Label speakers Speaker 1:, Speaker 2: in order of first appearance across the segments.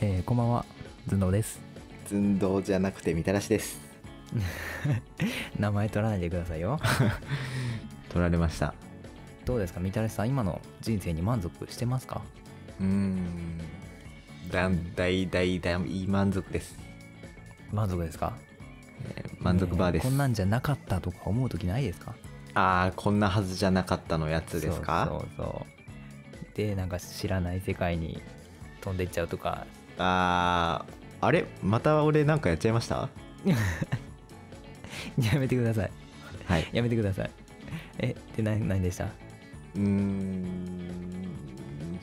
Speaker 1: えーこんばんは、ずんどうです。
Speaker 2: 寸胴じゃなくてみたらしです
Speaker 1: 名前取らないでください よ。
Speaker 2: 取られました
Speaker 1: どうですか、みたらしさん、今の人生に満足してますか
Speaker 2: うーんだ大大大満足です、
Speaker 1: 満足ですか
Speaker 2: えー満足バーです、
Speaker 1: ねえこんなんじゃなかったとか思うときないですか
Speaker 2: ああこんなはずじゃなかったのやつですか
Speaker 1: そうそうそう。で、なんか知らない世界に飛んでっちゃうとか、
Speaker 2: あああれまた俺なんかやっちゃいました
Speaker 1: やめてください。
Speaker 2: はいう
Speaker 1: やめてください。え、で、な何でした
Speaker 2: ーん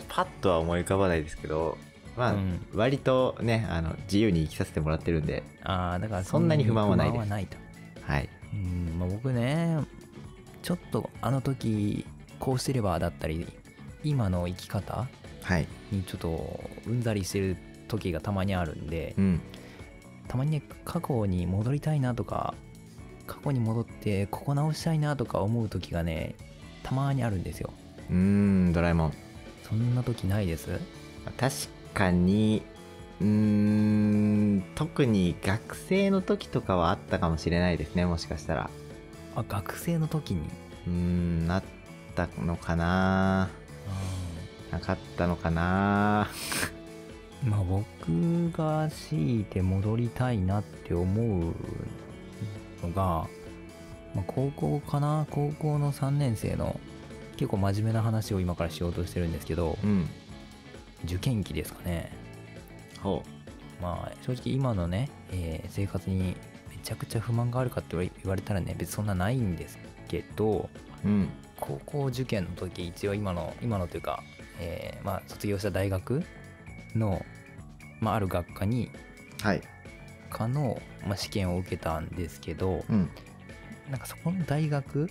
Speaker 2: パッとは思い浮かばないですけどまあ、
Speaker 1: うん
Speaker 2: 割とねあの自由に生きさせてもらってるんで
Speaker 1: ああ、だから
Speaker 2: そんなに不満はないです
Speaker 1: 不満はないと。
Speaker 2: はい
Speaker 1: うん、まあ、僕ねちょっとあの時こうしてればだったり今の生き方
Speaker 2: はい
Speaker 1: にちょっとうんざりしてる時がたまにあるんで
Speaker 2: うん
Speaker 1: たまにね過去に戻りたいなとか過去に戻ってここ直したいなとか思う時がねたまにあるんですよ
Speaker 2: うーんドラえもん
Speaker 1: そんな時ないです
Speaker 2: 確かにうーん特に学生の時とかはあったかもしれないですねもしかしたら
Speaker 1: あ学生の時に
Speaker 2: うーんなったのかななかったのかな
Speaker 1: まあ僕が強いて戻りたいなって思うのが、まあ、高校かな高校の3年生の結構真面目な話を今からしようとしてるんですけど
Speaker 2: うん
Speaker 1: 受験期ですかね
Speaker 2: ほ
Speaker 1: まあ正直今のね、えー生活にめちゃくちゃ不満があるかって言われたらね別にそんなないんですけど
Speaker 2: ううん
Speaker 1: 高校受験の時一応今の今のというか、えーまあ卒業した大学の、まあ、ある学科に
Speaker 2: はい
Speaker 1: 科の、まあ、試験を受けたんですけど
Speaker 2: うん
Speaker 1: なんかそこの大学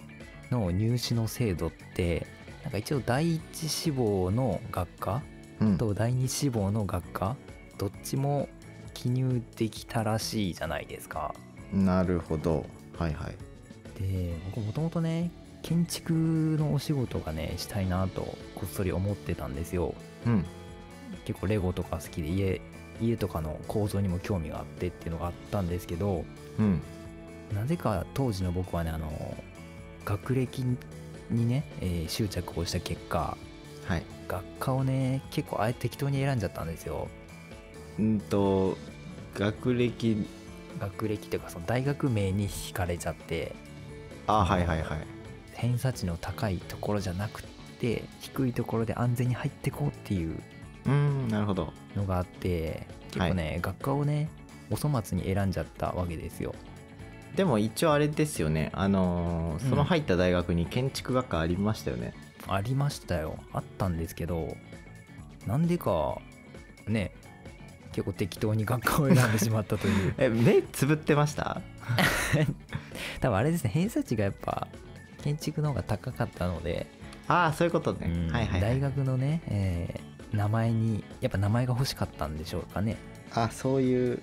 Speaker 1: の入試の制度ってなんか一応第一志望の学科
Speaker 2: うん
Speaker 1: と第二志望の学科どっちも記入できたらしいじゃないですか。
Speaker 2: なるほどはいはい
Speaker 1: で僕もともとね建築のお仕事がねしたいなとこっそり思ってたんですよ。
Speaker 2: うん
Speaker 1: 結構レゴとか好きで家家とかの構造にも興味があってっていうのがあったんですけど、
Speaker 2: うん
Speaker 1: なぜか当時の僕はねあの学歴にね、えー執着をした結果
Speaker 2: はい
Speaker 1: 学科をね結構あえて適当に選んじゃったんですよ
Speaker 2: うんと学歴
Speaker 1: 学歴というかその大学名に惹かれちゃって
Speaker 2: あはいはいはい
Speaker 1: 偏差値の高いところじゃなくて低いところで安全に入ってこうっていう
Speaker 2: うーんなるほど
Speaker 1: のがあって結構ね、学科をねお粗末に選んじゃったわけですよ
Speaker 2: でも一応あれですよねあのーそ
Speaker 1: うん
Speaker 2: の入った大学に建築学科ありましたよね、
Speaker 1: ありましたよあったんですけどなんでかね結構適当に学科を選んでしまったと いう
Speaker 2: え目つぶってました
Speaker 1: 多分あれですね偏差値がやっぱ建築の方が高かったので、
Speaker 2: ああそういうことね、
Speaker 1: うん
Speaker 2: はいはい、はい、
Speaker 1: 大学のね、えー名前にやっぱ名前が欲しかったんでしょうかね
Speaker 2: あそういう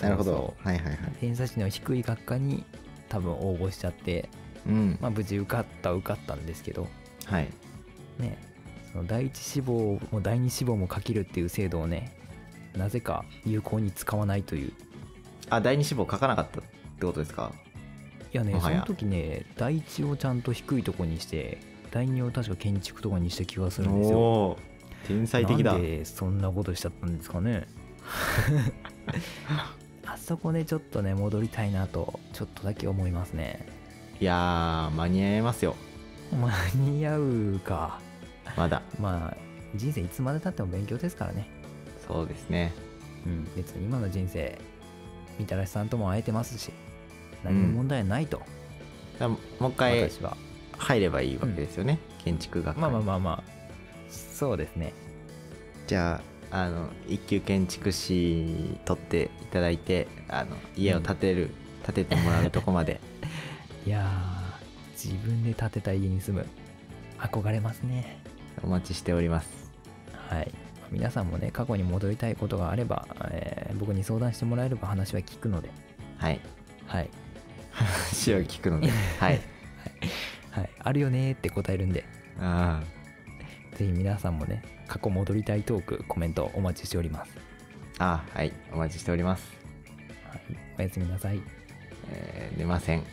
Speaker 2: なるほど
Speaker 1: そうそう
Speaker 2: はいはいはい
Speaker 1: 偏差値の低い学科に多分応募しちゃって、
Speaker 2: うん
Speaker 1: まあ、無事受かった受かったんですけど
Speaker 2: はい
Speaker 1: ねその第一志望も第二志望もかけるっていう制度をねなぜか有効に使わないという
Speaker 2: あ第二志望書かなかったってことですか
Speaker 1: いやね
Speaker 2: も
Speaker 1: そ
Speaker 2: は
Speaker 1: の
Speaker 2: や
Speaker 1: 時ね第一をちゃんと低いとこにして第二を確か建築とかにした気がするんですよ
Speaker 2: おー天才的だ
Speaker 1: なんでそんなことしちゃったんですか ねあそこねちょっとね戻りたいなとちょっとだけ思いますね
Speaker 2: いやー間に合いますよ
Speaker 1: 間に合うか
Speaker 2: まだ
Speaker 1: まあ人生いつまでたっても勉強ですからね
Speaker 2: そうですね
Speaker 1: うん別に今の人生みたらしさんとも会えてますし何も問題ないと、
Speaker 2: だもう一回
Speaker 1: 私は
Speaker 2: 入ればいいわけですよね、建築学科
Speaker 1: まあまあ
Speaker 2: あ
Speaker 1: まあまあそうですね
Speaker 2: じゃああの一級建築士取っていただいてあの家を建てる、建ててもらうとこまで
Speaker 1: いやー自分で建てた家に住む憧れますね
Speaker 2: お待ちしております
Speaker 1: はい皆さんもね過去に戻りたいことがあれば、えー僕に相談してもらえれば話は聞くので
Speaker 2: はい
Speaker 1: はい、
Speaker 2: 話を聞くのではい
Speaker 1: はい、あるよねーって答えるんで
Speaker 2: ああ
Speaker 1: ぜひ皆さんもね過去戻りたいトークコメントお待ちしております
Speaker 2: あはいお待ちしております、
Speaker 1: はい、おやすみなさい。
Speaker 2: えー、寝ません